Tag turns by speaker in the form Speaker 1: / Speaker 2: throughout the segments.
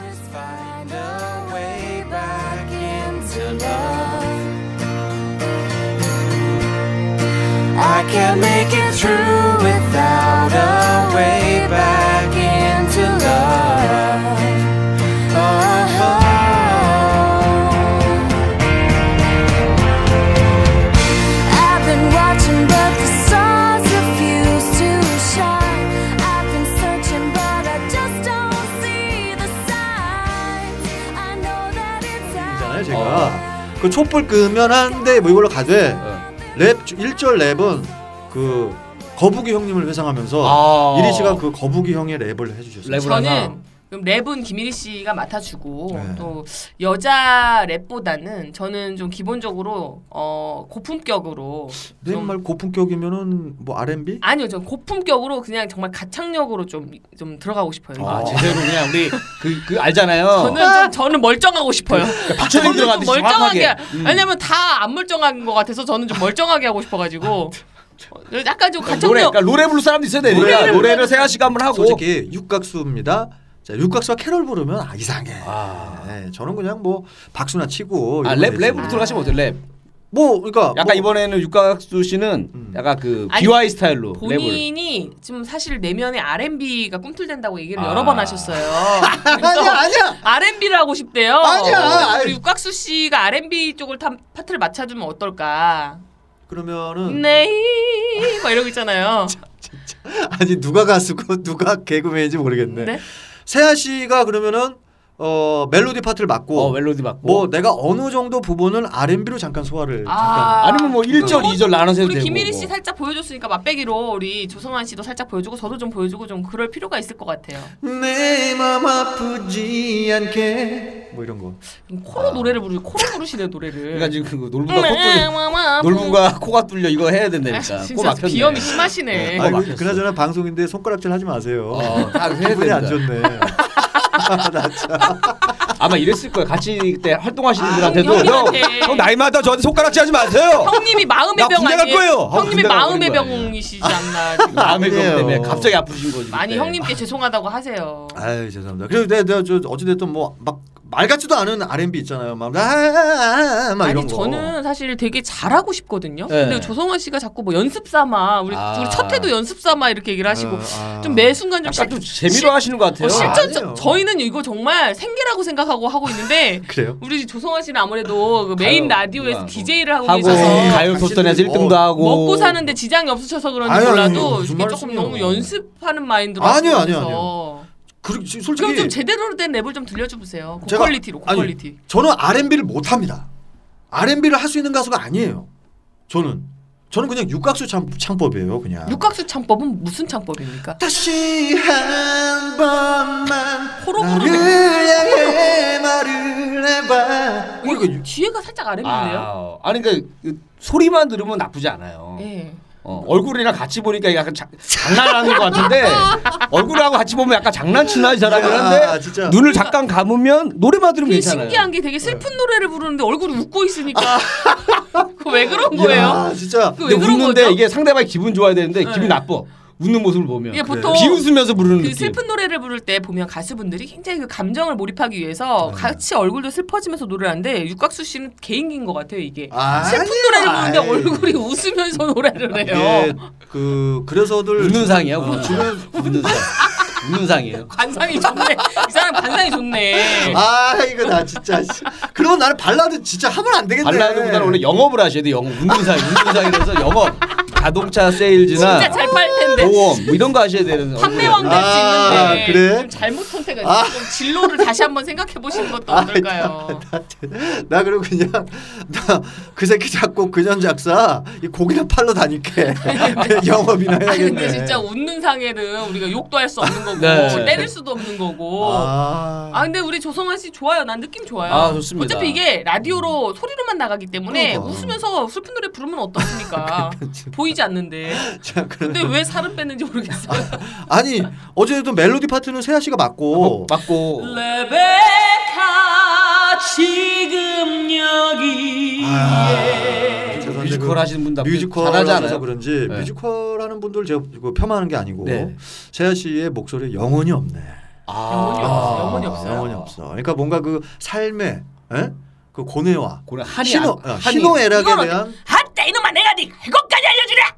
Speaker 1: find a way back into love. I can't make it through without a way back into love. Uh-huh. Oh. I've been watching, but the stars refuse to shine. I've been searching, but I just don't see the signs. I know that it's
Speaker 2: 잖아요
Speaker 1: out.
Speaker 2: 제가 그 촛불 끄면 한데 뭐 이걸로 가되
Speaker 3: 어.
Speaker 2: 랩 1절 랩은 그 거북이 형님을 회상하면서
Speaker 3: 아.
Speaker 2: 이리 씨가 그 거북이 형의 랩을 해주셨어요.
Speaker 3: 랩을 하나.
Speaker 4: 저는 그럼 랩은 김일희 씨가 맡아주고
Speaker 2: 네.
Speaker 4: 또 여자 랩보다는 저는 좀 기본적으로 어 고품격으로
Speaker 2: 내
Speaker 4: 좀-
Speaker 2: 말 고품격이면은 뭐 R&B?
Speaker 4: 아니요, 전 고품격으로 그냥 정말 가창력으로 좀 좀 들어가고 싶어요.
Speaker 3: 아, 제대로 그냥 우리 그, 그 알잖아요.
Speaker 4: 음.
Speaker 3: 그러니까
Speaker 4: 저는 좀 저는 멀쩡하고 싶어요.
Speaker 3: 박철인
Speaker 4: 저는 좀
Speaker 3: 네. 들어가듯이
Speaker 4: 멀쩡하게
Speaker 3: 정확하게. 음.
Speaker 4: 왜냐면 다 안 멀쩡한 것 같아서 저는 좀 멀쩡하게 하고 싶어가지고 어, 약간 좀
Speaker 3: 아, 노래,
Speaker 4: 가창력
Speaker 3: 그러니까 노래 부를 사람도 있어야 되니까
Speaker 2: 노래를
Speaker 3: 노래를, 세아 씨가 한번
Speaker 4: 뭐.
Speaker 3: 하고.
Speaker 2: 솔직히 육각수입니다. 자 육각수가 캐롤 부르면 아 이상해.
Speaker 3: 아,
Speaker 2: 네, 저는 그냥 뭐 박수나 치고
Speaker 3: 아,
Speaker 2: 이러면
Speaker 3: 랩
Speaker 2: 되지.
Speaker 3: 랩으로 들어가시면 아, 어때요? 랩.
Speaker 2: 뭐 그러니까
Speaker 3: 약간
Speaker 2: 뭐,
Speaker 3: 이번에는 육각수 씨는
Speaker 2: 음.
Speaker 3: 약간 그
Speaker 4: 아니,
Speaker 3: BY 스타일로 랩을.
Speaker 4: 본인이 지금 사실 내면에 R&B가 꿈틀댄다고 얘기를 여러
Speaker 3: 아.
Speaker 4: 번 하셨어요.
Speaker 2: 아니야
Speaker 4: 네.
Speaker 2: 아니야
Speaker 4: R&B를 하고 싶대요.
Speaker 2: 아니야.
Speaker 4: 우리 육각수 씨가 R&B 쪽을 탐, 파트를 맡아주면 어떨까?
Speaker 3: 음.
Speaker 2: 그러면은
Speaker 4: 네, 막 이러고 있잖아요.
Speaker 2: 아니 누가 가수고 누가 개그맨인지 모르겠네.
Speaker 4: 네?
Speaker 2: 세아 씨가 그러면은 어 멜로디 파트를 맡고
Speaker 3: 어, 멜로디 맞고.
Speaker 2: 뭐 내가 어느 정도 부분은 R&B로 잠깐 소화를 잠깐.
Speaker 4: 아,
Speaker 3: 아니면 뭐 1절,
Speaker 4: 그거
Speaker 3: 2절 나눠서 해도
Speaker 4: 우리
Speaker 3: 되고.
Speaker 4: 김일희
Speaker 3: 뭐.
Speaker 4: 씨 살짝 보여줬으니까 맛배기로 우리 조성환 씨도 살짝 보여주고 저도 좀 보여주고 좀 그럴 필요가 있을 것 같아요.
Speaker 2: 내맘 아프지 않게 뭐 이런 거.
Speaker 4: 그럼 코로 노래를 부르 코로 부르시네 노래를.
Speaker 3: 아. 그러니까 지금 그
Speaker 4: 음,
Speaker 3: 놀부가 코 뚫려,
Speaker 4: 음, 음, 음.
Speaker 3: 놀부가 코가 뚫려 이거 해야
Speaker 4: 아,
Speaker 3: 된다니까. 코
Speaker 4: 진짜
Speaker 3: 막혔네.
Speaker 4: 비염이 심하시네.
Speaker 3: 어,
Speaker 2: 아이고,
Speaker 3: 막혔어.
Speaker 2: 그나저나 방송인데 손가락질 하지 마세요.
Speaker 3: 어, 다 해야
Speaker 2: 기분이
Speaker 3: 된다.
Speaker 2: 안 좋네.
Speaker 3: 아마 이랬을 거예요. 같이 그때 활동하시는
Speaker 4: 아,
Speaker 3: 분들한테도
Speaker 4: 형님한테.
Speaker 3: 형 나이마다 저한테 손가락질 하지 마세요.
Speaker 4: 형님이 마음의
Speaker 3: 나
Speaker 4: 병
Speaker 3: 군대 갈
Speaker 4: 아니에요?
Speaker 3: 거예요. 하고 군대
Speaker 4: 형님이
Speaker 3: 가버린
Speaker 4: 마음의
Speaker 3: 거예요.
Speaker 4: 병이시지 않나. 지금.
Speaker 3: 마음의 병
Speaker 2: 아니에요.
Speaker 3: 때문에 갑자기 아프신 거지.
Speaker 4: 많이
Speaker 3: 그때.
Speaker 4: 형님께 죄송하다고 하세요.
Speaker 2: 네. 아유 죄송합니다. 그리고 내가, 내가 저 어찌됐든 뭐 막 말 같지도 않은 R&B 있잖아요. 막, 아, 아, 아, 막 이런
Speaker 4: 아니
Speaker 2: 거.
Speaker 4: 저는 사실 되게 잘하고 싶거든요.
Speaker 3: 네.
Speaker 4: 근데 조성원 씨가 자꾸 뭐 연습 삼아 우리,
Speaker 3: 아.
Speaker 4: 우리 첫 회도 연습 삼아 이렇게 얘기를 하시고
Speaker 2: 아, 아.
Speaker 4: 좀 매 순간 좀,
Speaker 3: 약간
Speaker 4: 실,
Speaker 3: 좀 재미로 하시는 것 같아요.
Speaker 4: 어, 실전 저,
Speaker 2: 아니에요.
Speaker 4: 저희는 이거 정말 생계라고 생각하고 하고 있는데
Speaker 2: 그래요?
Speaker 4: 우리 조성원 씨는 아무래도 그 메인
Speaker 3: 가요,
Speaker 4: 라디오에서
Speaker 3: 뭐.
Speaker 4: DJ를 하고,
Speaker 3: 하고
Speaker 4: 계셔서
Speaker 3: 가요 토스전에서
Speaker 2: 당신들이
Speaker 3: 1등도
Speaker 2: 뭐
Speaker 3: 하고
Speaker 4: 먹고 사는데 지장이 없으셔서 그런지
Speaker 2: 아니, 아니,
Speaker 4: 몰라도
Speaker 2: 무슨
Speaker 4: 이게 조금
Speaker 2: 말씀이에요.
Speaker 4: 너무 연습하는 마인드로
Speaker 2: 아니요,
Speaker 4: 하시면서.
Speaker 2: 아니요, 아니요. 그 솔직히
Speaker 4: 그럼 좀 제대로 된 랩을 좀 들려주세요.
Speaker 2: 제가-
Speaker 4: 고퀄리티로
Speaker 2: 아니,
Speaker 4: 고퀄리티.
Speaker 2: 저는 R&B를 못 합니다. R&B를 할 수 있는 가수가 아니에요. 저는 저는 그냥 육각수 창, 창법이에요, 그냥.
Speaker 4: 육각수 창법은 무슨 창법입니까?
Speaker 2: 다시 한 번만
Speaker 4: 호로
Speaker 2: 나를 향해 말을 해봐. 그
Speaker 4: 이거 뒤에가 살짝 아랫인데요.
Speaker 3: 아, 아니 그러니까 그 소리만 들으면 나쁘지 않아요.
Speaker 4: 예.
Speaker 3: 어, 얼굴이랑 같이 보니까 약간 자, 장난하는 것 같은데 얼굴하고 같이 보면 약간 장난치나 이 사람이
Speaker 2: 야,
Speaker 3: 한데
Speaker 2: 진짜.
Speaker 3: 눈을 잠깐 감으면 노래만 들으면
Speaker 4: 그게
Speaker 3: 괜찮아요. 네.
Speaker 4: 신기한 게 되게 슬픈 노래를 부르는데 얼굴이 웃고 있으니까 그거 왜 그런 거예요?
Speaker 2: 야, 진짜.
Speaker 4: 그왜
Speaker 3: 아. 근데
Speaker 4: 그런
Speaker 3: 웃는데
Speaker 4: 거죠?
Speaker 3: 이게 상대방이 기분 좋아야 되는데
Speaker 4: 네.
Speaker 3: 기분 나빠. 웃는 모습을 보면
Speaker 4: 이게
Speaker 3: 그
Speaker 4: 보통
Speaker 3: 비웃으면서 부르는
Speaker 4: 그
Speaker 3: 느낌.
Speaker 4: 슬픈 노래를 부를 때 보면 가수분들이 굉장히 그 감정을 몰입하기 위해서
Speaker 3: 음.
Speaker 4: 같이 얼굴도 슬퍼지면서 노래를 하는데 육각수 씨는 개인기인 것 같아요 이게
Speaker 2: 아,
Speaker 4: 슬픈 노래를 부르는데
Speaker 3: 예.
Speaker 4: 얼굴이 웃으면서 노래를 해요
Speaker 3: 아,
Speaker 2: 이게 그 그래서들 어,
Speaker 3: 웃는 상이야. 웃는 상.
Speaker 2: 주변
Speaker 3: 웃는 상. 웃는 상이에요.
Speaker 4: 관상이 좋네 이 사람 관상이 좋네
Speaker 2: 아 이거 나 진짜 씨. 그러면 나는 발라드 진짜 하면 안 되겠네.
Speaker 3: 발라드보다는 원래 영업을 하셔야 돼. 영업. 웃는 상, 웃는 상이라서 영업. 자동차 세일즈나
Speaker 4: 진짜 잘 팔 텐데
Speaker 3: 보험 뭐 이런 거 하셔야 되는. 네.
Speaker 4: 판매왕 될 수
Speaker 2: 아,
Speaker 4: 있는데
Speaker 2: 그래?
Speaker 4: 좀 잘못 선택을
Speaker 2: 아.
Speaker 4: 좀 진로를 다시 한번 생각해 보시는 것도
Speaker 3: 아,
Speaker 4: 어떨까요?
Speaker 2: 나 그리고 그냥 나 그 새끼 잡고 근현 작사 이 고기나 팔러 다닐게 영업이나
Speaker 4: 아니
Speaker 2: 해야겠네.
Speaker 4: 근데 진짜 웃는 상해는 우리가 욕도 할 수 없는 거고 뭐
Speaker 3: 네.
Speaker 4: 때릴 수도 없는 거고 아.
Speaker 2: 아,
Speaker 4: 근데 우리 조성환 씨 좋아요 난 느낌 좋아요
Speaker 3: 아, 좋습니다.
Speaker 4: 어차피 이게 라디오로 소리로만 나가기 때문에
Speaker 2: 그러니까.
Speaker 4: 웃으면서 슬픈 노래 부르면 어떻습니까 보이지 않는데
Speaker 2: 자, 그럼-
Speaker 4: 근데 왜 살은 뺐는지 모르겠어요
Speaker 2: 아니 어제도 멜로디 파트는 세아 씨가
Speaker 3: 어,
Speaker 2: 맞고
Speaker 3: 맞고.
Speaker 4: 레베카 지금 여기
Speaker 2: 아, 죄송한데
Speaker 3: 뮤지컬
Speaker 2: 그
Speaker 3: 하시는 분들
Speaker 2: 뮤지컬
Speaker 3: 잘하지
Speaker 2: 하셔서
Speaker 3: 않아요?
Speaker 2: 그런지
Speaker 3: 네.
Speaker 2: 뮤지컬 하는 분들 제가 이거 폄하하는 게 아니고
Speaker 3: 네.
Speaker 2: 세아 씨의 목소리에 영혼이 없네.
Speaker 4: 영혼이 없어. 영혼이 없어요.
Speaker 2: 영혼이 없어. 그러니까 뭔가 그 삶의 에? 그 고뇌와
Speaker 3: 고래 한이
Speaker 2: 신호
Speaker 3: 안-
Speaker 2: 어,
Speaker 3: 한이-
Speaker 2: 신호애락에
Speaker 4: 이건 어때?
Speaker 2: 대한
Speaker 4: 아따 이놈아 내가 네 이것까지 알려주래.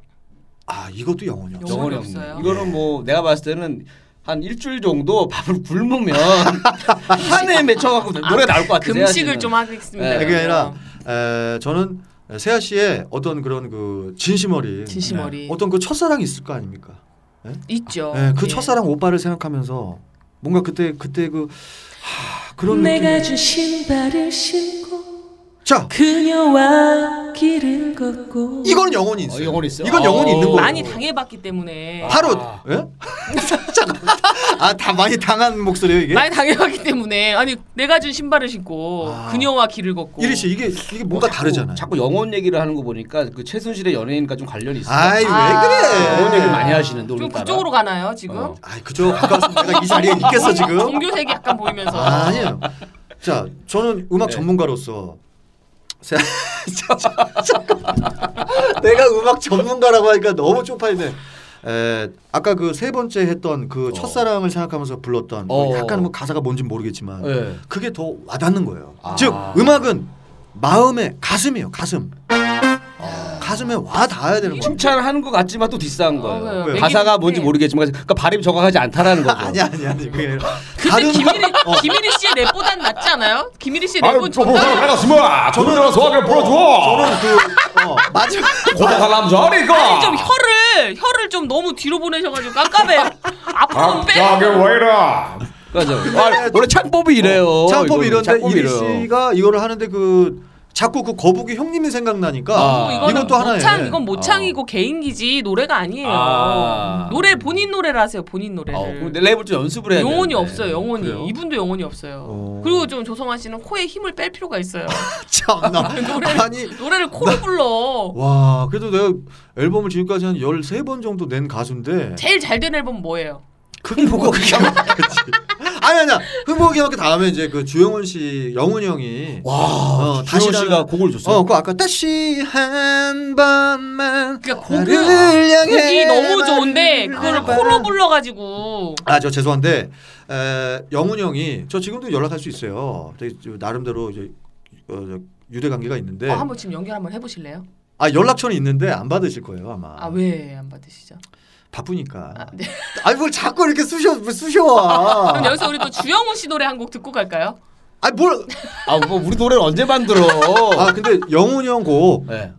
Speaker 2: 아 이것도 영혼이 없어.
Speaker 4: 영혼-
Speaker 3: 영혼이
Speaker 4: 영혼이
Speaker 3: 없어요.
Speaker 4: 없어요. 네.
Speaker 3: 이거는 뭐 내가 봤을 때는 한 일주일 정도 밥을 굶으면 한에 맺혀갖고 노래 나올 것 같아.
Speaker 4: 금식을 좀 하겠습니다.
Speaker 3: 네.
Speaker 2: 그게 아니라 에, 저는 세아 씨의 어떤 그런 그 진심 어린
Speaker 4: 진심 어린.
Speaker 2: 어떤 그 첫사랑이 있을 거 아닙니까?
Speaker 4: 있죠.
Speaker 2: 예, 그
Speaker 4: 예.
Speaker 2: 첫사랑 오빠를 생각하면서 뭔가 그때 그때 그 하, 그런 느낌.
Speaker 5: 준 신발을 신고
Speaker 2: 자
Speaker 5: 그녀와 길을 걷고
Speaker 2: 이건 영혼이 있어요.
Speaker 3: 어, 영혼이 있어요?
Speaker 2: 이건 영혼이
Speaker 3: 어.
Speaker 2: 있는 거고.
Speaker 4: 많이 당해봤기 때문에
Speaker 2: 바로
Speaker 3: 아.
Speaker 2: 예? 잠깐만. 아다 많이 당한 목소리예요 이게.
Speaker 4: 많이 당해봤기 때문에 아니 내가 준 신발을 신고
Speaker 2: 아.
Speaker 4: 그녀와 길을 걷고
Speaker 2: 이리 씨 이게 이게 뭔가 다르잖아요.
Speaker 3: 어, 자꾸 영혼 얘기를 하는 거 보니까 그 최순실의 연예인과 좀 관련이 있어.
Speaker 2: 아이 왜
Speaker 4: 아.
Speaker 2: 그래?
Speaker 3: 영혼 얘기를 많이 하시는데
Speaker 4: 좀
Speaker 3: 오늘따라.
Speaker 4: 그쪽으로 가나요 지금?
Speaker 3: 어.
Speaker 2: 아이 그저 가까워서 내가 이 자리에 있겠어 지금.
Speaker 4: 종교색이 약간 보이면서
Speaker 2: 아, 아니에요. 자 저는 음악
Speaker 3: 네.
Speaker 2: 전문가로서 세- 내가 음악 전문가라고 하니까 너무 쪽팔리네. 에 아까 그 세 번째 했던 그
Speaker 3: 어.
Speaker 2: 첫사랑을 생각하면서 불렀던 그
Speaker 3: 어.
Speaker 2: 약간 뭐 가사가 뭔지 모르겠지만
Speaker 3: 예.
Speaker 2: 그게 더 와닿는 거예요.
Speaker 3: 아.
Speaker 2: 즉 음악은 마음의 가슴이에요. 가슴. 가슴에 와 닿아야 되는 거예요.
Speaker 3: 칭찬하는 것 같지만 또 디스한 거예요.
Speaker 4: 어,
Speaker 2: 왜요?
Speaker 3: 가사가
Speaker 4: 얘기는
Speaker 3: 뭔지
Speaker 4: 해.
Speaker 3: 모르겠지만 그러니까 발음이 정확하지 않다라는 거죠.
Speaker 2: 아니 아니 아니 그게 아니라
Speaker 4: 근데
Speaker 2: 다른
Speaker 4: 김일이
Speaker 2: 어.
Speaker 4: 김일이 씨의 랩보단 낫지 않아요? 김일이 씨의 랩은
Speaker 6: 해
Speaker 4: 정말
Speaker 6: 놨으면 저는 내가 소화를 풀어줘 아,
Speaker 2: 저는 그 어, 마지막
Speaker 6: 고독한 남자니까
Speaker 4: 아, 좀 혀를 혀를 좀 너무 뒤로 보내셔가지고 깜깜해요.
Speaker 2: 아,
Speaker 4: 앞으로 빼.
Speaker 6: 갑자기 왜 이래
Speaker 3: 그죠. 아, 원래 창법이 이래요.
Speaker 4: 어,
Speaker 2: 어, 창법
Speaker 3: 이거는
Speaker 2: 이런데
Speaker 3: 창법이
Speaker 2: 이리
Speaker 3: 이래요.
Speaker 2: 씨가 이거를 하는데 그 자꾸 그 거북이 형님이 생각나니까
Speaker 3: 아.
Speaker 2: 이것도 하나예요. 어.
Speaker 4: 어, 모창 뭐 이건 모창이고 개인기지 노래가 아니에요.
Speaker 3: 아.
Speaker 4: 노래 본인 노래를 하세요. 본인 노래를.
Speaker 3: 어, 그럼 내 랩을 좀 연습을 해야
Speaker 4: 네.
Speaker 3: 되는데.
Speaker 4: 영혼이 없어요. 영혼이
Speaker 3: 그래요?
Speaker 4: 이분도 영혼이 없어요.
Speaker 2: 어.
Speaker 4: 그리고 좀 조성환 씨는 코에 힘을 뺄 필요가 있어요.
Speaker 2: 참나
Speaker 4: 노래를
Speaker 2: 아니
Speaker 4: 노래를 코로 불러.
Speaker 2: 와 그래도 내가 앨범을 지금까지 한 13번 정도 낸 가수인데
Speaker 4: 제일 잘 된 앨범 뭐예요?
Speaker 2: 그게 뭐가 그게 그렇지 아니 아니야 흥복이 형 다음에 이제 그 주영훈 씨 영훈이 형이
Speaker 3: 와,
Speaker 2: 어,
Speaker 3: 다시
Speaker 2: 다시
Speaker 3: 씨가 곡을 줬어요.
Speaker 2: 어, 그 아까 다시 한 번만
Speaker 3: 아,
Speaker 4: 그러니까 곡을-
Speaker 2: 나를 향해
Speaker 4: 곡이 너무 좋은데 그걸
Speaker 2: 나를
Speaker 4: 코로 불러가지고
Speaker 2: 아 저 죄송한데 에, 영훈 형이 저 지금도 연락할 수 있어요. 되게 저 나름대로 이제 어, 저 유대 관계가 있는데
Speaker 3: 네.
Speaker 4: 어, 한번 지금 연결 한번 해보실래요?
Speaker 2: 아 연락처는 있는데 안 받으실 거예요 아마
Speaker 4: 아 왜 안 받으시죠?
Speaker 2: 바쁘니까.
Speaker 4: 아, 네.
Speaker 2: 아니 뭘 자꾸 이렇게 쑤셔 쑤셔와.
Speaker 3: 아.
Speaker 4: 그럼 여기서 우리 또 주영훈 씨 노래 한 곡 듣고 갈까요?
Speaker 2: 아니 뭘?
Speaker 3: 아, 뭐 우리 노래를 언제 만들어?
Speaker 2: 아 근데 영훈 형곡그
Speaker 3: 네.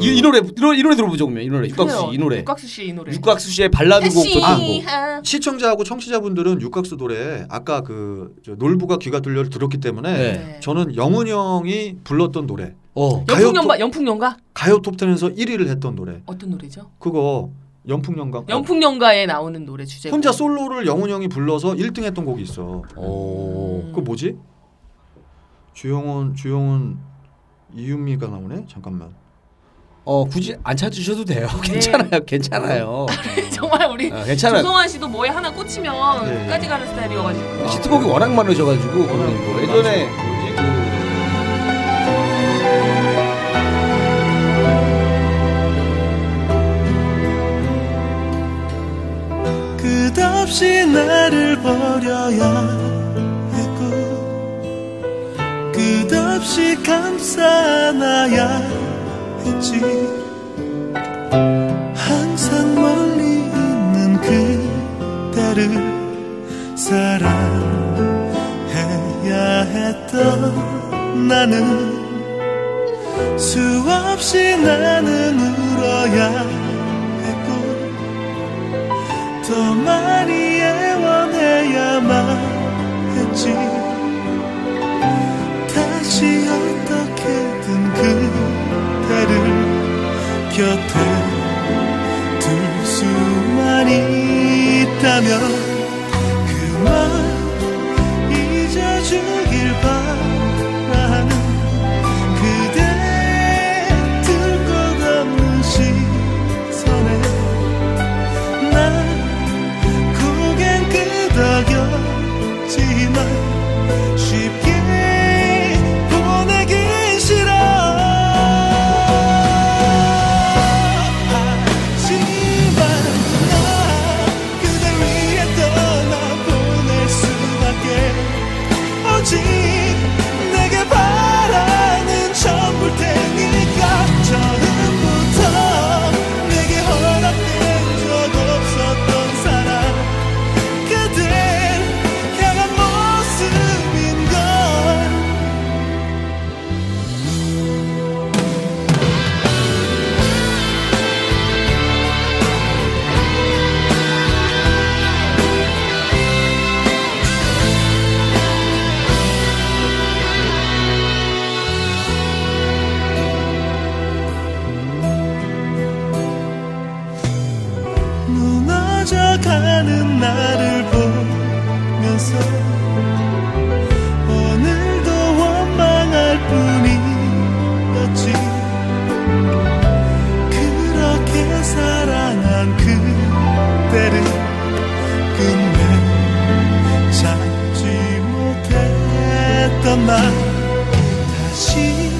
Speaker 3: 이, 이 노래 이 노래, 이 노래 들어보죠 그러면 이 노래 육각수 씨이 노래
Speaker 4: 육각수 씨이 노래.
Speaker 3: 육각수 씨의 발라드 곡
Speaker 4: 다시
Speaker 3: 듣고
Speaker 4: 한-
Speaker 2: 시청자하고 청취자분들은 육각수 노래 아까 그저 놀부가 귀가 뚫려를 들었기 때문에
Speaker 3: 네.
Speaker 2: 저는 영훈 형이 불렀던 노래
Speaker 3: 어.
Speaker 2: 가요
Speaker 4: 연풍연가 연풍연가
Speaker 2: 가요 톱텐에서 1위를 했던 노래
Speaker 4: 어떤 노래죠?
Speaker 2: 그거 연풍연가 어,
Speaker 4: 연풍연가에 나오는 노래 주제. 뭐
Speaker 2: 혼자 솔로를 영훈 형이 불러서 1등 했던 곡이 있어.
Speaker 3: 오.
Speaker 2: 그거 뭐지? 주영훈 주영훈 이유미가 나오네. 잠깐만.
Speaker 3: 어, 굳이 안 찾으셔도 돼요.
Speaker 4: 네.
Speaker 3: 괜찮아요. 괜찮아요.
Speaker 4: 정말 우리
Speaker 3: 아, 괜찮아요.
Speaker 4: 조성환 씨도 뭐에 하나 꽂히면
Speaker 2: 네.
Speaker 4: 끝까지 가는 스타일이어가지고.
Speaker 3: 히트곡이 워낙 많으셔 가지고 뭐 예전에 뭐지? 그
Speaker 7: 끝없이 나를 버려야 했고 끝없이 감싸안아야 했지 항상 멀리 있는 그대를 사랑해야 했던 나는 수없이 나는 울어야 했고 더 많이 애원해야만 했지 다시 어떻게든 그 그대를 곁에 둘 수만 있다면 그만 잊어주길 바라는 그대 들 것 없는 시선에 난 고개 끄덕였지만 쉽게 보내기 싫어 하지만 나 그댈 위해 커져가는 나를 보면서 오늘도 원망할 뿐이었지 그렇게 사랑한 그대를 끝내 찾지 못했던 나 다시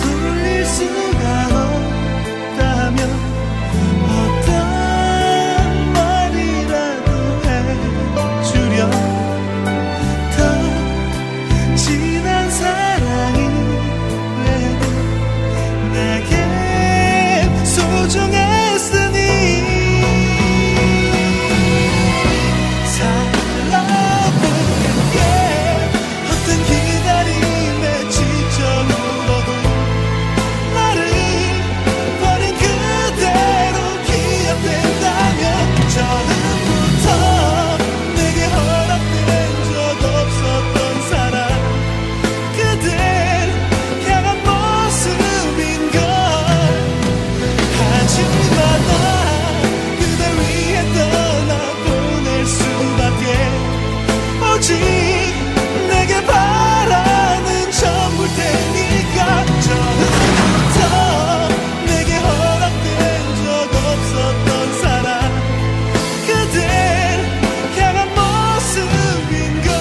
Speaker 7: 돌릴 수가 없다면 어떤 말이라도 해주려 더 진한 사랑이래도 내게 소중했으니 살아볼게 어떤 기다림에 지쳐 울어도 나를 버린 그대로 기억된다면 처음부터 내게 허락된 적 없었던 사랑 그댈 향한 모습인걸 하지만 나 그댈 위해 떠나보낼 수밖에 오직 내게 바라는 전부일 테니까 처음부터 내게 허락된 적 없었던 사랑 그댈 향한 모습인걸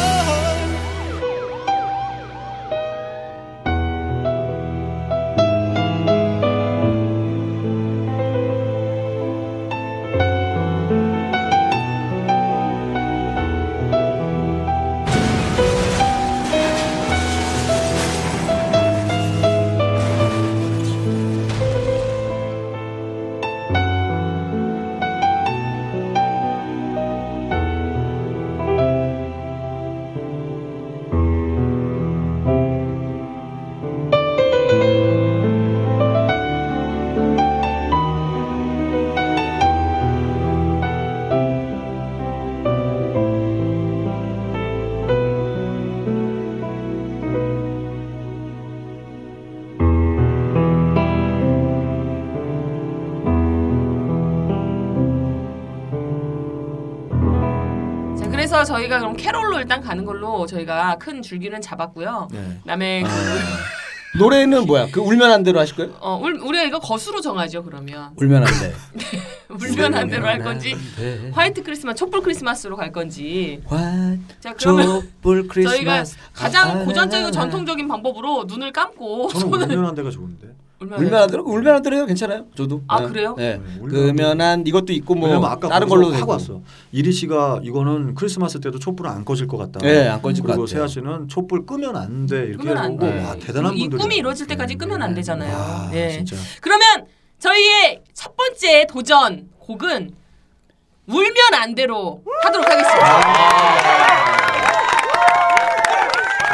Speaker 4: 자, 그래서 저희가 그럼 캐롤로 일단 가는 걸로 저희가 큰 줄기는 잡았고요.
Speaker 2: 네.
Speaker 4: 그다음에
Speaker 3: 노래는 뭐야? 그 울면 안 대로 하실 거예요?
Speaker 4: 어, 울, 우리가 이거 거수로 정하죠 그러면
Speaker 3: 울면 안 돼.
Speaker 2: 네,
Speaker 4: 울면 안 대로 할 건지 화이트 크리스마스 촛불 크리스마스로 갈 건지 자 그러면
Speaker 3: 촛불
Speaker 4: 저희가
Speaker 3: 크리스마스
Speaker 2: 아,
Speaker 4: 가장 고전적이고 전통적인 방법으로 눈을 감고
Speaker 2: 네, 저는 우연한 데가 좋은데.
Speaker 4: 울면
Speaker 3: 울면 안 대로 울면 안 대로 해요. 괜찮아요. 저도.
Speaker 4: 아,
Speaker 3: 네.
Speaker 4: 그래요?
Speaker 3: 네.
Speaker 2: 네, 울면
Speaker 3: 그러면 한 이것도 있고 뭐
Speaker 2: 왜냐면 아까
Speaker 3: 다른
Speaker 2: 거기서
Speaker 3: 걸로
Speaker 2: 하고 왔어. 이리 씨가 이거는 크리스마스 때도 촛불은 안 꺼질 것 같다.
Speaker 3: 예, 안 꺼질 것 같아요.
Speaker 2: 그리고 세아 씨는 촛불 끄면 안 돼. 이렇게
Speaker 4: 끄면 안
Speaker 2: 해보고
Speaker 3: 돼.
Speaker 2: 와 대단한
Speaker 4: 이
Speaker 2: 분들.
Speaker 4: 꿈이 이루어질 때까지 끄면 안 되잖아요.
Speaker 2: 아,
Speaker 4: 예.
Speaker 2: 진짜.
Speaker 4: 그러면 저희의 첫 번째 도전 곡은 울면 안 돼로 하도록 하겠습니다.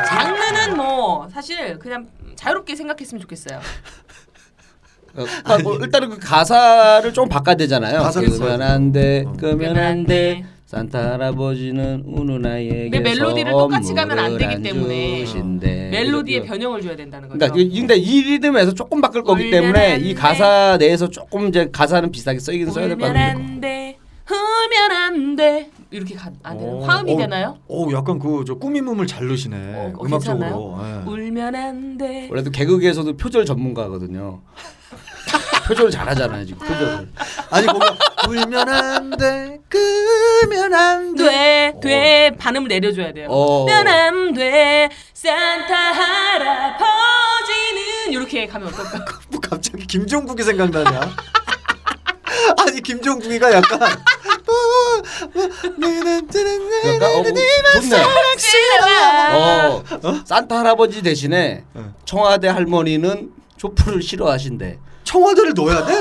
Speaker 4: 장르는 뭐 사실 그냥 자유롭게 생각했으면 좋겠어요.
Speaker 3: 어, 아, 뭐 일단은 그 가사를 좀 바꿔야 되잖아요.
Speaker 2: 가사를
Speaker 4: 그렇죠.
Speaker 3: 끄면
Speaker 2: 써야죠.
Speaker 3: 안 돼.
Speaker 2: 어.
Speaker 3: 끄면 안 돼.
Speaker 4: 끄면 안 돼.
Speaker 3: 산타 할아버지는 우는 아이에게
Speaker 4: 근데 멜로디를 똑같이 가면 안
Speaker 3: 선물을
Speaker 4: 되기
Speaker 3: 안
Speaker 4: 때문에
Speaker 3: 주신대.
Speaker 4: 멜로디에
Speaker 3: 이렇게.
Speaker 4: 변형을 줘야 된다는 거죠.
Speaker 3: 그러니까 이- 근데 이 리듬에서 조금 바꿀 거기 때문에
Speaker 4: 울면
Speaker 3: 이
Speaker 4: 안
Speaker 3: 가사 내에서 조금 이제 가사는 비슷하게 쓰이긴 써야 될 것
Speaker 4: 울면
Speaker 3: 같아요.
Speaker 4: 안 돼. 울면 안 돼. 이렇게 가, 안 되는
Speaker 2: 어,
Speaker 4: 화음이
Speaker 2: 어,
Speaker 4: 되나요?
Speaker 2: 어, 약간 그 저 꾸미몸을 잘 넣으시네.
Speaker 4: 어, 어,
Speaker 2: 음악적으로. 예.
Speaker 4: 울면 안 돼.
Speaker 3: 원래도 개그계에서도 표절 전문가거든요. 표절을 잘하잖아요 지금 표절.
Speaker 2: 아니 뭔가 울면 안 돼. 끄면 안 돼.
Speaker 4: 돼, 돼 반음을 내려줘야 돼요.
Speaker 3: 네. 어.
Speaker 4: 울면 안 돼. 산타 할아버지는 이렇게 가면 어떨까?
Speaker 2: 뭐 갑자기 김종국이 생각나냐? 아니 김종국이가 약간 뭐,
Speaker 3: 약간 어, 어, 좋네. 어, 산타 할아버지 대신에
Speaker 2: 어.
Speaker 3: 청와대 할머니는 촛불을 싫어하신대.
Speaker 2: 청와대를 넣어야 돼?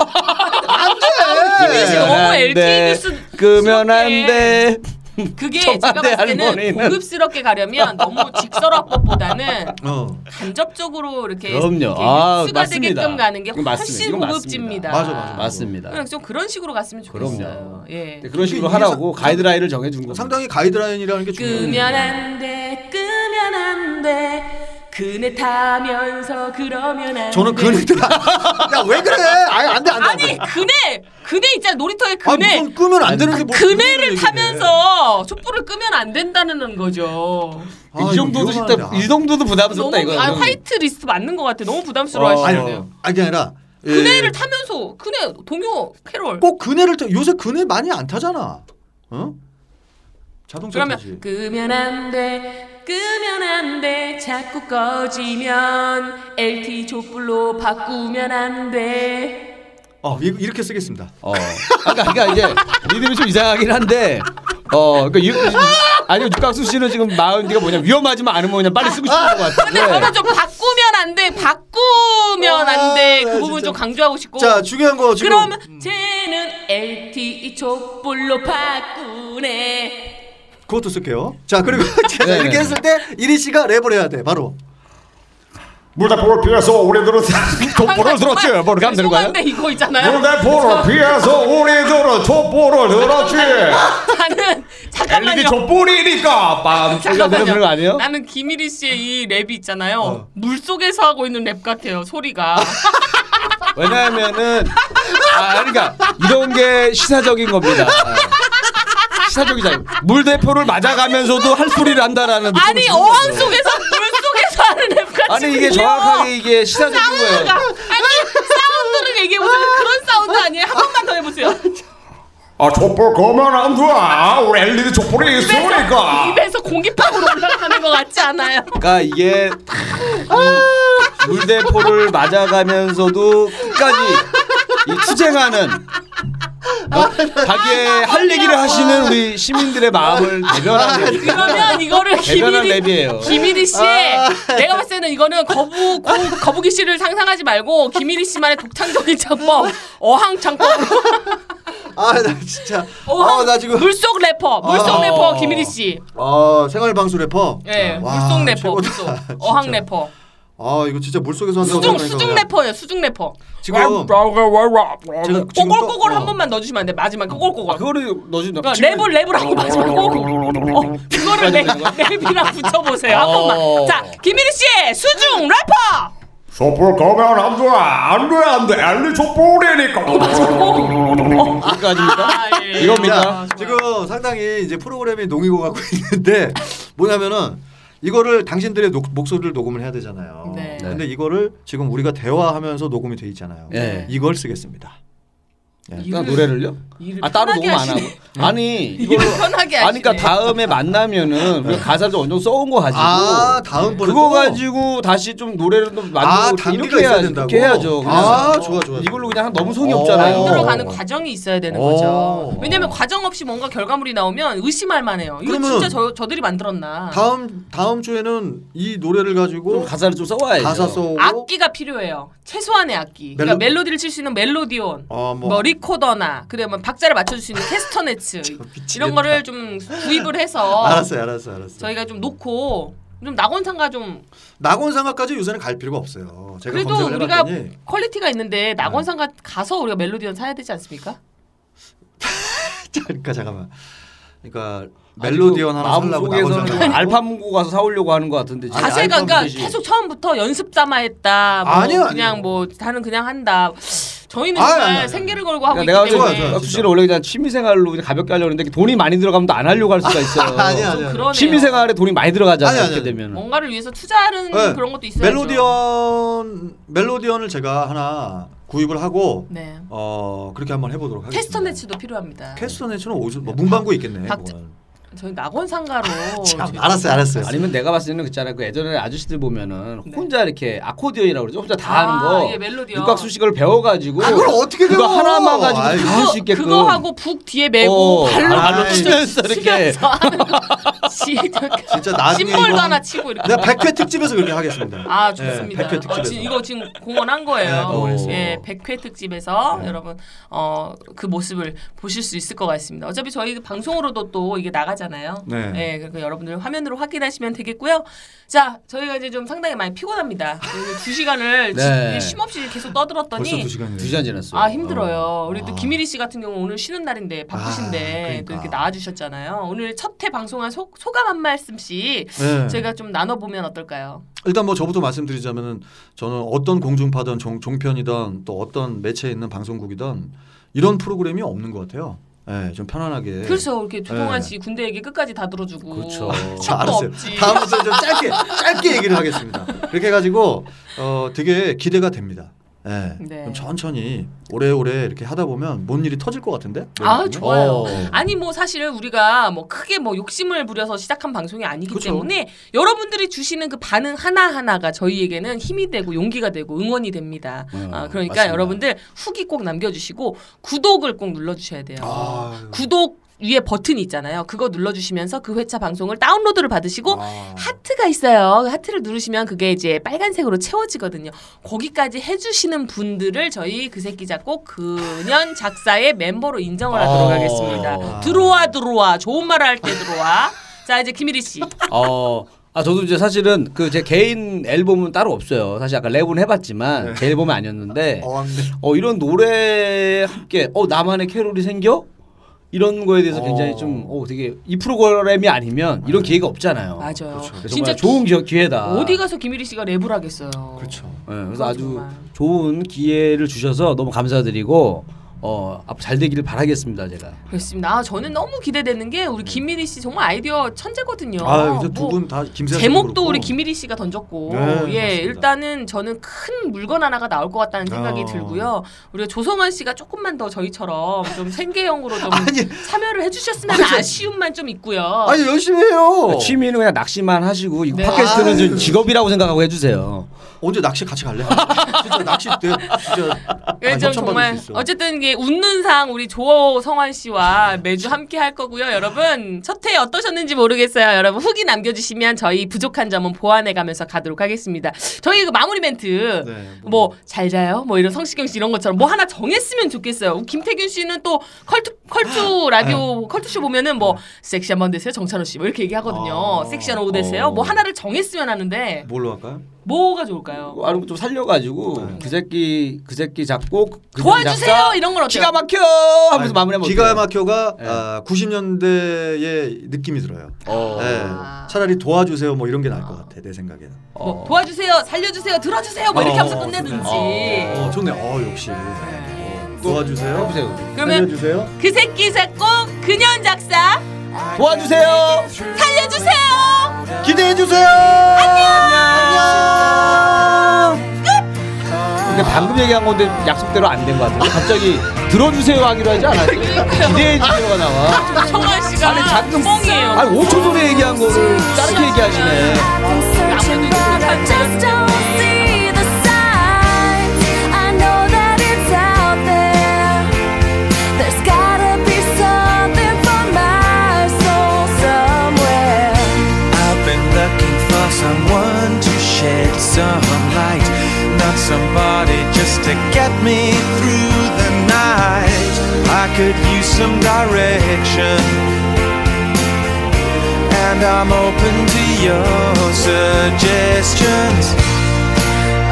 Speaker 4: 김민 씨 너무
Speaker 3: 안 돼.
Speaker 4: LTE 뉴스
Speaker 3: 끄면 안 돼.
Speaker 4: 그게 제가
Speaker 3: 청와대
Speaker 4: 봤을 때는
Speaker 3: 할머니는.
Speaker 4: 고급스럽게 가려면 너무 직설화법보다는
Speaker 2: 어.
Speaker 4: 간접적으로 이렇게
Speaker 3: 그럼요.
Speaker 4: 이렇게
Speaker 3: 아,
Speaker 4: 흡수가
Speaker 3: 맞습니다.
Speaker 4: 되게끔 가는 게
Speaker 3: 이건 맞습니다.
Speaker 4: 훨씬
Speaker 3: 이건 맞습니다.
Speaker 4: 고급집니다.
Speaker 2: 맞아, 맞아.
Speaker 3: 맞습니다.
Speaker 4: 그냥 좀 그런 식으로 갔으면
Speaker 3: 그럼요.
Speaker 4: 좋겠어요. 예.
Speaker 3: 네, 그런 식으로
Speaker 2: 이게
Speaker 3: 하라고 가이드라인을 정해준 거.
Speaker 2: 상당히 가이드라인이라는
Speaker 4: 그
Speaker 2: 게 중요해.
Speaker 4: 끄면
Speaker 3: 음.
Speaker 4: 안 돼, 끄면 안 돼. 그네 타면서 그러면 안
Speaker 2: 저는
Speaker 4: 돼.
Speaker 2: 그네다. 야왜 그래? 아니 안돼 안돼.
Speaker 4: 아니 그네 그네 있잖아 놀이터에
Speaker 2: 아,
Speaker 4: 그네
Speaker 2: 무슨 끄면 안 되는데 뭐
Speaker 4: 그네를
Speaker 2: 무슨
Speaker 4: 타면서 촛불을 끄면 안 된다는 거죠.
Speaker 2: 얘기를 해. 아,
Speaker 3: 이 정도도
Speaker 2: 이거 위험하네.
Speaker 3: 쉽다. 이 정도도 부담스럽다
Speaker 4: 너무
Speaker 3: 이거.
Speaker 4: 아, 화이트 리스트 맞는 것 같아. 너무
Speaker 3: 어.
Speaker 4: 부담스러워 하시는데요.
Speaker 3: 아니요.
Speaker 2: 아, 그게 아니라 예,
Speaker 4: 그네를 타면서 그네 동요 캐롤.
Speaker 2: 꼭 그네를 타. 요새 그네 많이 안 타잖아. 어? 자동차
Speaker 4: 그러면
Speaker 2: 타지.
Speaker 4: 끄면 안돼 끄면 안돼 자꾸 꺼지면 LT 촛불로 바꾸면 안돼
Speaker 2: 어, 이- 이렇게 쓰겠습니다.
Speaker 3: 어. 그러니까, 그러니까 이제 리듬이 좀 이상하긴 한데 어. 그러니까 유, 아니 육각수 씨는 지금 마운드가 뭐냐 위험하지만 않으면 그냥 빨리 쓰고 싶은 것
Speaker 4: 근데 저는
Speaker 3: 같아.
Speaker 4: 좀 바꾸면 안돼 바꾸면
Speaker 2: 네. 아,
Speaker 4: 안돼 그
Speaker 2: 나
Speaker 4: 부분
Speaker 2: 진짜.
Speaker 4: 좀 강조하고 싶고
Speaker 2: 자, 중요한 거 지금
Speaker 4: 그러면
Speaker 6: 음.
Speaker 4: 쟤는 LT 촛불로 바꾸네
Speaker 2: 그것도 쓸게요. 자, 그리고 제가
Speaker 3: 네,
Speaker 2: 이렇게
Speaker 3: 네.
Speaker 2: 했을 때 이리 씨가 랩을 해야 돼. 바로.
Speaker 6: 물대포를 피해서 우리들은 촛불을 들었지. 뭐 이렇게 하면 되는 거야?
Speaker 4: 죄송한데 이거 있잖아요
Speaker 6: 물대포를 피해서 우리들은 촛불을 들었지.
Speaker 4: 나는
Speaker 6: LED
Speaker 4: 잠깐만요
Speaker 6: 촛불이니까
Speaker 3: 아,
Speaker 6: 빰. 이거 되는 거 아니에요?
Speaker 4: 나는 김일희 씨의 이 랩이 있잖아요.
Speaker 6: 어.
Speaker 4: 물 속에서 하고 있는 랩 같아요. 소리가.
Speaker 3: 왜냐하면은 아 그러니까 이런 게 시사적인 겁니다. 아. 시사적이잖아요. 물대포를 맞아가면서도 할 소리를 한다라는 느낌을
Speaker 4: 아니
Speaker 3: 주는 거죠.
Speaker 4: 어항 속에서 물 속에서 하는 랩 같이.
Speaker 3: 아니 이게 정확하게 이게 시사적인 거예요.
Speaker 4: 사운드가 아니 사운드를 얘기해 보세요. 그런 사운드 아니에요. 한 번만 더 해보세요.
Speaker 6: 아 촛불 거면 안 돼. 우리 LED 촛불이 있으니까.
Speaker 4: 입에서 공기밥으로 올라가는 것 같지 않아요?
Speaker 3: 그러니까 이게 이 물대포를 맞아가면서도 끝까지 이 투쟁하는 어, 자기의 할 얘기를 하시는 우리 시민들의 마음을 대변하는
Speaker 4: 그러면 아, 이거를
Speaker 3: 대변한
Speaker 4: 김일희
Speaker 3: 랩이에요.
Speaker 4: 김일희 씨의 내가 봤을 때는 이거는 거부 고, 거북이 씨를 상상하지 말고 김일희 씨만의 독창적인 창법 어항 창법으로.
Speaker 2: 아, 나 진짜.
Speaker 4: 어항
Speaker 2: 아, 나 지금
Speaker 4: 물속 래퍼 물속
Speaker 2: 아.
Speaker 4: 래퍼 김일희 씨.
Speaker 2: 어, 생활 방수 래퍼.
Speaker 4: 예,
Speaker 2: 아, 와,
Speaker 4: 물속 래퍼,
Speaker 2: 최고다.
Speaker 4: 물속
Speaker 2: 진짜.
Speaker 4: 어항 래퍼,
Speaker 2: 아, 이거 진짜 물속에서 한다고
Speaker 4: 수중
Speaker 2: 생각하니까
Speaker 4: 수중
Speaker 2: 그냥.
Speaker 4: 래퍼예요, 수중 래퍼. 아,
Speaker 2: 지금 제가 지금 또-
Speaker 4: 꼬골꼬골
Speaker 2: 어.
Speaker 4: 한 번만 넣어주시면 안 돼. 마지막 꼬골꼬골.
Speaker 3: 아, 그거를 넣어준
Speaker 4: 그러니까 랩을 랩을 하고 마지막 꼬골꼬골. 어, 그거를 랩, 랩이랑 붙여보세요 한 번만.
Speaker 3: 어.
Speaker 4: 자, 김일희 씨 수중 래퍼.
Speaker 6: 촛불 거면 안 돼. 안 돼. 안 돼. LED
Speaker 4: 어,
Speaker 6: 촛불이니까.
Speaker 3: 여기까지입니다.
Speaker 4: 아, 예.
Speaker 3: 이겁니다.
Speaker 2: 어. 자, 지금 상당히 이제 프로그램이 농이고 갖고 있는데 뭐냐면은 이거를 당신들의 녹- 목소리를 녹음을 해야 되잖아요.
Speaker 4: 네. 네.
Speaker 2: 근데 이거를 지금 우리가 대화하면서 녹음이 돼 있잖아요.
Speaker 3: 네.
Speaker 2: 이걸 쓰겠습니다.
Speaker 3: 그러니까 노래를요?
Speaker 4: 일을
Speaker 3: 아 따로
Speaker 4: 편하게
Speaker 3: 녹음 안 하고.
Speaker 4: 하시네.
Speaker 3: 아니 이걸
Speaker 4: 이걸 편하게 하시네.
Speaker 3: 아니 그러니까 다음에 만나면은 우리가 가사를 좀 어느 정도 써온 거 가지고
Speaker 2: 아, 다음번에
Speaker 3: 그거
Speaker 2: 또?
Speaker 3: 가지고 다시 좀 노래를 좀
Speaker 2: 아,
Speaker 3: 만들고
Speaker 2: 단계가
Speaker 3: 이렇게
Speaker 2: 있어야
Speaker 3: 해야
Speaker 2: 된다고?
Speaker 3: 이렇게 해야죠. 그냥.
Speaker 2: 아, 좋아, 좋아.
Speaker 3: 이걸로 그냥 너무 성의
Speaker 2: 어.
Speaker 3: 없잖아요.
Speaker 4: 들어가는 과정이 있어야 되는
Speaker 2: 어.
Speaker 4: 거죠. 왜냐면 과정 없이 뭔가 결과물이 나오면 의심할 만해요. 이거
Speaker 2: 그러면
Speaker 4: 진짜 저, 저들이 만들었나.
Speaker 2: 다음 다음 주에는 이 노래를 가지고
Speaker 3: 좀 가사를 좀 써와야죠.
Speaker 2: 가사 써오고
Speaker 4: 악기가 필요해요. 최소한의 악기. 그러니까
Speaker 2: 멜로-
Speaker 4: 멜로디를 칠 수 있는 멜로디온,
Speaker 2: 어, 뭐.
Speaker 4: 뭐. 리코더나, 그래 뭐 박자를 맞춰줄 수 있는 캐스터네츠 이런 거를 좀 구입을 해서
Speaker 2: 알았어요, 알았어요, 알았어요.
Speaker 4: 저희가 좀 놓고 좀 낙원상가 좀
Speaker 2: 낙원상가까지 요새는 갈 필요가 없어요. 제가
Speaker 4: 그래도
Speaker 2: 검색을
Speaker 4: 우리가
Speaker 2: 해봤더니 네.
Speaker 4: 퀄리티가 있는데 낙원상가 가서 우리가 멜로디온 사야 되지 않습니까?
Speaker 2: 자, 그러니까 잠깐만. 그러니까
Speaker 3: 아니,
Speaker 2: 멜로디언
Speaker 3: 그
Speaker 2: 하나
Speaker 3: 마음
Speaker 2: 살라고
Speaker 3: 속에서는
Speaker 2: 낙원상가.
Speaker 3: 좀 알파문고 가서 사오려고 하는 것 같은데 지금
Speaker 4: 자세가
Speaker 3: 알파문
Speaker 4: 그러니까
Speaker 3: 되지.
Speaker 4: 계속 처음부터 연습 삼아 했다. 뭐
Speaker 2: 아니요,
Speaker 4: 그냥
Speaker 2: 아니요.
Speaker 4: 뭐 다는 그냥 한다. 저희는
Speaker 2: 아,
Speaker 4: 정말
Speaker 2: 아니, 아니.
Speaker 4: 생계를 걸고 하고
Speaker 3: 그러니까 내가
Speaker 4: 있기 때문에
Speaker 2: 좋아요, 좋아요.
Speaker 3: 박수 씨는 원래 그냥 취미생활로 그냥 가볍게 하려고 했는데 돈이 많이 들어가면 또 안 하려고 할 수가 있어요.
Speaker 2: 아니 아니
Speaker 4: 좀
Speaker 2: 아니.
Speaker 4: 그러네요.
Speaker 3: 취미생활에 돈이 많이 들어가잖아요.
Speaker 2: 아니, 아니,
Speaker 3: 이렇게
Speaker 2: 아니.
Speaker 3: 되면.
Speaker 4: 뭔가를 위해서 투자하는
Speaker 2: 네.
Speaker 4: 그런 것도 있어요.
Speaker 2: 멜로디언 멜로디언을 제가 하나 구입을 하고
Speaker 4: 네.
Speaker 2: 어 그렇게 한번 해보도록 하겠습니다.
Speaker 4: 캐스터네츠도 필요합니다.
Speaker 2: 캐스터네츠는 오죠. 뭐 문방구 있겠네.
Speaker 4: 박자-
Speaker 2: 그거는.
Speaker 4: 저희 낙원상가로
Speaker 2: 참, 알았어요, 알았어요.
Speaker 3: 아니면 내가 봤을 때는 그잖아요. 그 예전에 아저씨들 보면은
Speaker 4: 네.
Speaker 3: 혼자 이렇게 아코디언이라고 그러죠. 혼자 다
Speaker 4: 아,
Speaker 3: 하는 거.
Speaker 4: 예, 멜로디언.
Speaker 3: 육각수 씨걸 배워가지고
Speaker 2: 아, 그걸 어떻게
Speaker 3: 그거
Speaker 2: 배워?
Speaker 3: 하나만 가지고
Speaker 2: 아이고.
Speaker 3: 다 할 수 있게끔. 어,
Speaker 4: 그거 하고 북 뒤에 메고 발로
Speaker 2: 아,
Speaker 3: 발로
Speaker 2: 아이,
Speaker 3: 치면서 이렇게.
Speaker 4: 치면서 하는 거. 지-
Speaker 2: 진짜 나중에
Speaker 4: 심벌도
Speaker 2: 이거
Speaker 4: 하나 치고 이렇게.
Speaker 2: 내가 백회 특집에서 그렇게 하겠습니다.
Speaker 4: 아 좋습니다.
Speaker 2: 네, 백회
Speaker 4: 어,
Speaker 2: 특집에서.
Speaker 4: 지- 이거 지금 공헌한
Speaker 2: 네,
Speaker 4: 거예요.
Speaker 2: 공헌했어요.
Speaker 4: 예, 백회 특집에서
Speaker 2: 네.
Speaker 4: 여러분 어, 그 모습을 보실 수 있을 것 같습니다. 어차피 저희 방송으로도 또 이게 나가잖아요.
Speaker 2: 네.
Speaker 4: 예, 그러니까 여러분들 화면으로 확인하시면 되겠고요. 자, 저희가 이제 좀 상당히 많이 피곤합니다. 오늘 두 시간을
Speaker 3: 네.
Speaker 4: 지- 쉼 없이
Speaker 2: 벌써
Speaker 4: 계속 떠들었더니
Speaker 2: 두 시간이.
Speaker 3: 두 시간 지났어요.
Speaker 4: 아 힘들어요. 우리
Speaker 2: 아.
Speaker 4: 또 김일희 씨 같은 경우 는 오늘 쉬는 날인데 바쁘신데
Speaker 2: 아, 그러니까.
Speaker 4: 또 이렇게 나와주셨잖아요. 오늘 첫 회 방송한 소, 소감 한 말씀씩
Speaker 2: 네.
Speaker 4: 저희가 좀 나눠보면 어떨까요?
Speaker 2: 일단 뭐 저부터 말씀드리자면은 저는 어떤 공중파든 종, 종편이든 또 어떤 매체에 있는 방송국이든 이런 프로그램이 없는 것 같아요. 예, 좀 편안하게.
Speaker 4: 그렇죠. 이렇게 조동환
Speaker 2: 네.
Speaker 4: 씨 군대 얘기 끝까지 다 들어주고.
Speaker 3: 그렇죠.
Speaker 2: 자,
Speaker 4: 척도
Speaker 2: 알았어요.
Speaker 4: 없지.
Speaker 2: 다음 주에 좀 짧게 짧게 얘기를 하겠습니다. 그렇게 해가지고 어, 되게 기대가 됩니다. 예.
Speaker 4: 네.
Speaker 2: 좀 천천히 오래오래 이렇게 하다 보면 뭔 일이 터질 것 같은데?
Speaker 4: 아 좋아요.
Speaker 2: 어.
Speaker 4: 아니 뭐 사실 우리가 뭐 크게 뭐 욕심을 부려서 시작한 방송이 아니기
Speaker 2: 그쵸.
Speaker 4: 때문에 여러분들이 주시는 그 반응 하나 하나가 저희에게는 힘이 되고 용기가 되고 응원이 됩니다.
Speaker 2: 어,
Speaker 4: 아, 그러니까
Speaker 3: 맞습니다.
Speaker 4: 여러분들 후기 꼭 남겨주시고 구독을 꼭 눌러주셔야 돼요.
Speaker 2: 아유.
Speaker 4: 구독 위에 버튼이 있잖아요. 그거 눌러주시면서 그 회차 방송을 다운로드를 받으시고
Speaker 2: 아.
Speaker 4: 하트가 있어요. 하트를 누르시면 그게 이제 빨간색으로 채워지거든요. 거기까지 해주시는 분들을 저희 그 새끼 작곡 그년 작사의 멤버로 인정을 하도록
Speaker 3: 아.
Speaker 4: 하겠습니다. 들어와 들어와 좋은 말 할 때 들어와. 자 이제 김일희 씨.
Speaker 3: 어. 아 저도 이제 사실은 그 제 개인 앨범은 따로 없어요. 사실 아까 랩은 해봤지만 제 앨범은 아니었는데
Speaker 2: 네. 어, 안 돼.
Speaker 3: 어 이런 노래 함께 어 나만의 캐롤이 생겨 이런 거에 대해서
Speaker 2: 어.
Speaker 3: 굉장히 좀어 되게 이 프로그램이 아니면 이런 기회가 없잖아요.
Speaker 4: 맞아요.
Speaker 2: 그렇죠.
Speaker 3: 그래서 정말
Speaker 4: 진짜
Speaker 3: 좋은 기- 기회다.
Speaker 4: 어디 가서 김일희 씨가 랩을 하겠어요.
Speaker 2: 그렇죠.
Speaker 3: 예, 그래서 아주
Speaker 4: 정말.
Speaker 3: 좋은 기회를 주셔서 너무 감사드리고 어, 앞으로 잘 되기를 바라겠습니다, 제가.
Speaker 4: 그렇습니다. 아, 저는 너무 기대되는 게 우리 김일희 씨 정말 아이디어 천재거든요.
Speaker 2: 네. 아, 이제 두
Speaker 4: 뭐
Speaker 2: 분 다 김세현
Speaker 4: 제목도 우리 김일희 씨가 던졌고
Speaker 2: 네,
Speaker 4: 예
Speaker 2: 맞습니다.
Speaker 4: 일단은 저는 큰 물건 하나가 나올 것 같다는 생각이
Speaker 2: 어.
Speaker 4: 들고요 우리 가 조성환 씨가 조금만 더 저희처럼 좀 생계형으로 좀
Speaker 2: 아니.
Speaker 4: 참여를 해주셨으면 하는 아쉬움만 좀 있고요
Speaker 2: 아니 열심히 해요.
Speaker 3: 취미는 그냥 낚시만 하시고 이
Speaker 4: 네.
Speaker 3: 팟캐스트는
Speaker 2: 아유.
Speaker 3: 좀 직업이라고 생각하고 해주세요.
Speaker 2: 언제 낚시 같이 갈래? 진짜 낚시 때 진짜
Speaker 4: 예, 좀 정말 어쨌든 이게 웃는 상 우리 조성환 씨와 매주 함께 할 거고요 여러분 첫 회 어떠셨는지 모르겠어요 여러분 후기 남겨주시면 저희 부족한 점은 보완해가면서 가도록 하겠습니다 저희 그 마무리 멘트
Speaker 2: 네.
Speaker 4: 뭐 잘 자요 뭐 이런 성시경 씨 이런 것처럼 뭐 하나 정했으면 좋겠어요. 김태균 씨는 또 컬투
Speaker 3: 아,
Speaker 4: 컬투 라디오
Speaker 3: 네.
Speaker 4: 컬투쇼 보면은 뭐 섹시한 밤 되세요 정찬호 씨 뭐 이렇게 얘기하거든요.
Speaker 2: 아.
Speaker 4: 섹시한 오후 되세요
Speaker 3: 어.
Speaker 4: 뭐 하나를 정했으면 하는데
Speaker 2: 뭘로 할까요?
Speaker 4: 뭐가 좋을까요?
Speaker 3: 아니 좀 살려가지고 그 새끼 그 새끼 작곡 그 새끼
Speaker 4: 도와주세요
Speaker 3: 작사,
Speaker 4: 이런 건 어때요?
Speaker 3: 기가 막혀 하면서 아, 마무리하면
Speaker 2: 기가
Speaker 3: 어때요?
Speaker 2: 막혀가
Speaker 3: 예.
Speaker 2: 아, 90년대의 느낌이 들어요.
Speaker 3: 어.
Speaker 2: 예. 차라리 도와주세요 뭐 이런 게 나을 것 같아 내 생각에는.
Speaker 4: 뭐 도와주세요 살려주세요 들어주세요 뭐 이렇게 하면서 끝내든지.
Speaker 2: 어, 좋네. 어 역시. 어, 도와주세요.
Speaker 3: 도와주세요.
Speaker 4: 그러면-
Speaker 2: 살려주세요.
Speaker 4: 그 새끼 작곡 그년 작사
Speaker 3: 도와주세요.
Speaker 4: 살려주세요.
Speaker 2: 기대해 주세요. 안녕.
Speaker 3: 근데 방금 얘기한 건데 약속대로 안 된 것 같아요. 갑자기 들어주세요 하기로 하지 않았어요? 기대해 주세요가 나와.
Speaker 4: 성환 씨가
Speaker 3: 아니, 잠깐-
Speaker 4: 뻥이에요.
Speaker 3: 아니 5초 전에 얘기한 거를 다르게 얘기하시네.
Speaker 1: I'm searching, but I just don't see the signs. I know that it's out there. There's gotta be something for my soul somewhere.
Speaker 7: I've been looking for someone to shed some light, not somebody just to get me through the night. I could use some direction, and I'm open to your suggestions.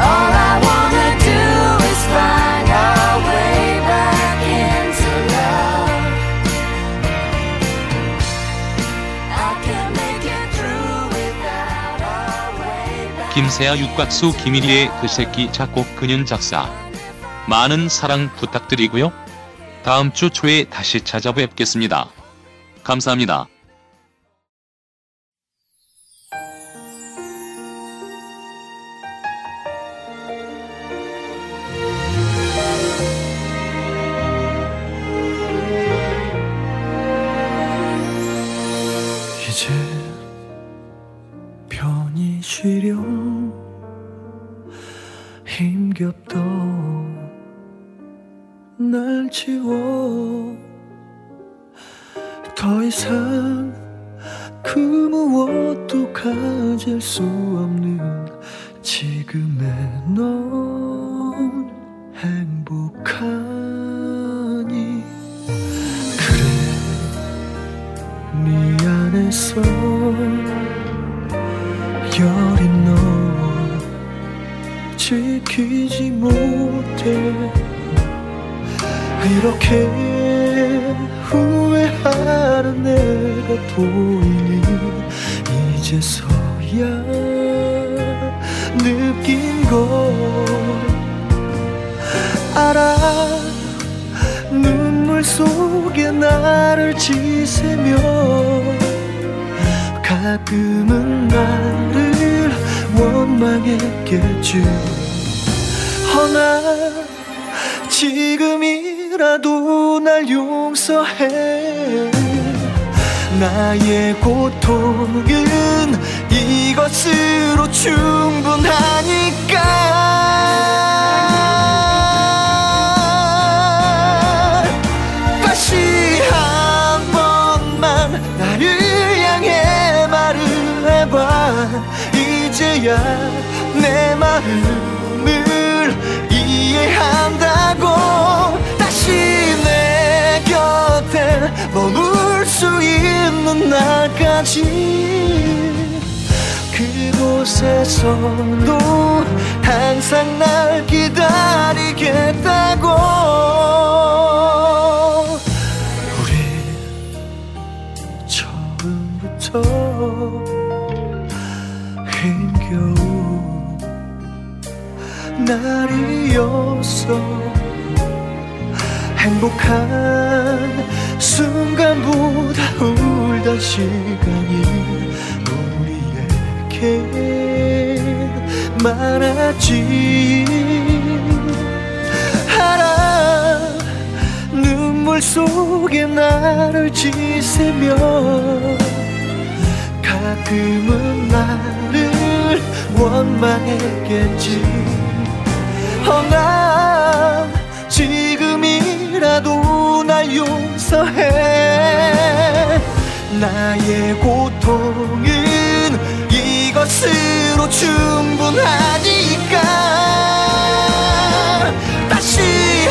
Speaker 1: All I wanna do is find our way back into love. I can make it through without our way back.
Speaker 8: 김세아 육각수 김일희의 그 새끼 작곡 그년 작사. 많은 사랑 부탁드리고요. 다음 주 초에 다시 찾아뵙겠습니다. 감사합니다.
Speaker 7: 이제 편히 쉬렴 힘겹던 날 지워 더 이상 그 무엇도 가질 수 없는 지금의 넌 행복하니 그래 미안했어 여린 너 지키지 못해 이렇게 후회하는 내가 보이니 이제서야 느낀 걸 알아 눈 속에 나를 지새며 가끔은 나를 원망했겠지 허나 지금이라도 날 용서해 나의 고통은 이것으로 충분하니까 다시 한 번만 나를 향해 말을 해봐 이제야 내 마음을 이해한다고 다시 내 곁에 머물 수 있는 날까지 그곳에서도 항상 날 기다리겠다고 우리 처음부터 힘겨운 날이었어 행복한 순간보다 울던 시간이 우리에게 많았지 알아 눈물 속에 나를 지새며 가끔은 나를 원망했겠지 허나 지금이라도 날 용서해 나의 고통은 이것으로 충분하니까 다시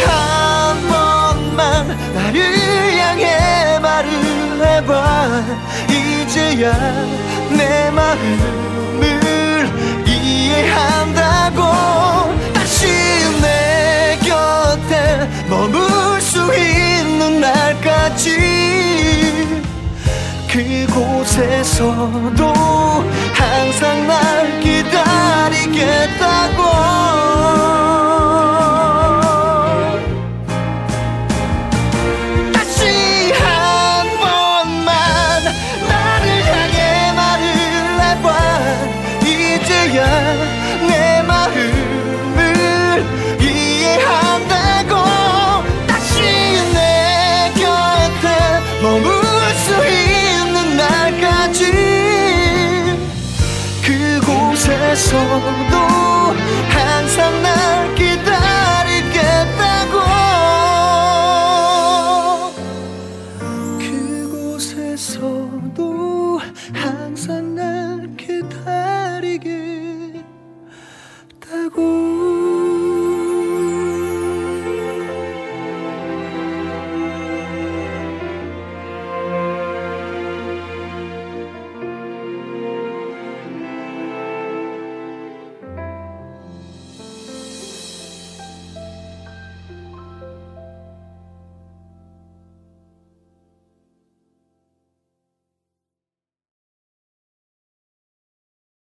Speaker 7: 한 번만 나를 향해 말을 해봐 이제야 내 마음을 이해한다고 다시 내 곁에 머물 수 있는 날까지 그곳에서도 항상 날 기다리겠다고 다시 한 번만 나를 향해 말을 해봐 이제야 내 마음을 이해한다고 다시 내 곁에 머물 수 있는 날까지 그곳에서도 항상 날 기다리겠다고 그곳에서도 항상